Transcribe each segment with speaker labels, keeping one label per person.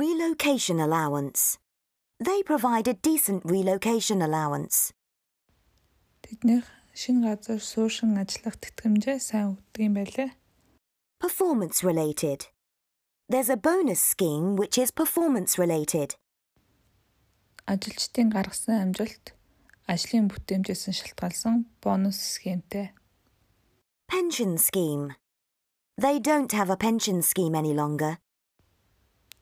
Speaker 1: Relocation allowance. They provide a decent relocation allowance.
Speaker 2: Тэднийх шинэ газар суушин ажиллах тэтгэмжээ сайн өгдөг юм байлээ.
Speaker 1: Performance related. There's a bonus scheme which is performance related.
Speaker 2: Ажилчдын гаргасан амжилт ажлын бүтээмжээс нь шалтгаалсан бонус схемтэй.
Speaker 1: Pension scheme. They don't have a pension scheme any longer.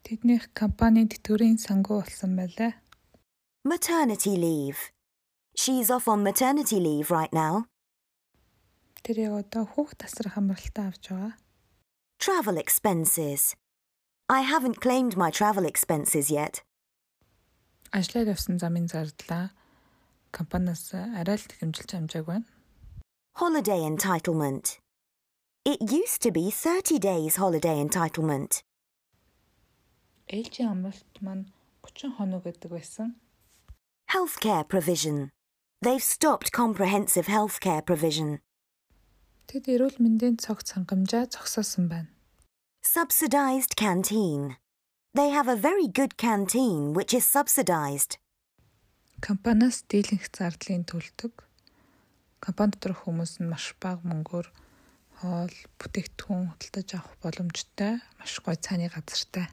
Speaker 2: Тэднийх компанийн тэтгэврийн сангуу болсон байлаа.
Speaker 1: Maternity leave. She's off on maternity leave right now.
Speaker 2: Тэр яг одоо хүүхд тасрах амралтаа авч байгаа.
Speaker 1: Travel expenses. I haven't claimed my travel expenses yet.
Speaker 2: Ажлаар явсан замын зардлаа компаниас арай л хэмжилж амжааг байна.
Speaker 1: Holiday entitlement. It used to be 30 days holiday entitlement.
Speaker 2: Ээлжийн амралт маань 30 хоног гэдэг байсан.
Speaker 1: Healthcare provision. They've stopped comprehensive healthcare provision.
Speaker 2: Тэд эрүүл мэндийн цогц хангамжаа зогсоосон байна.
Speaker 1: Subsidized canteen. They have a very good canteen which is subsidized.
Speaker 2: Компаниас дийлэнх зардлын төлдөг. Компани дотор хүмүүс нь маш бага мөнгөөр хоол, бүтээгдэхүүн худалдаж авах боломжтой, маш гоё цааны газартай.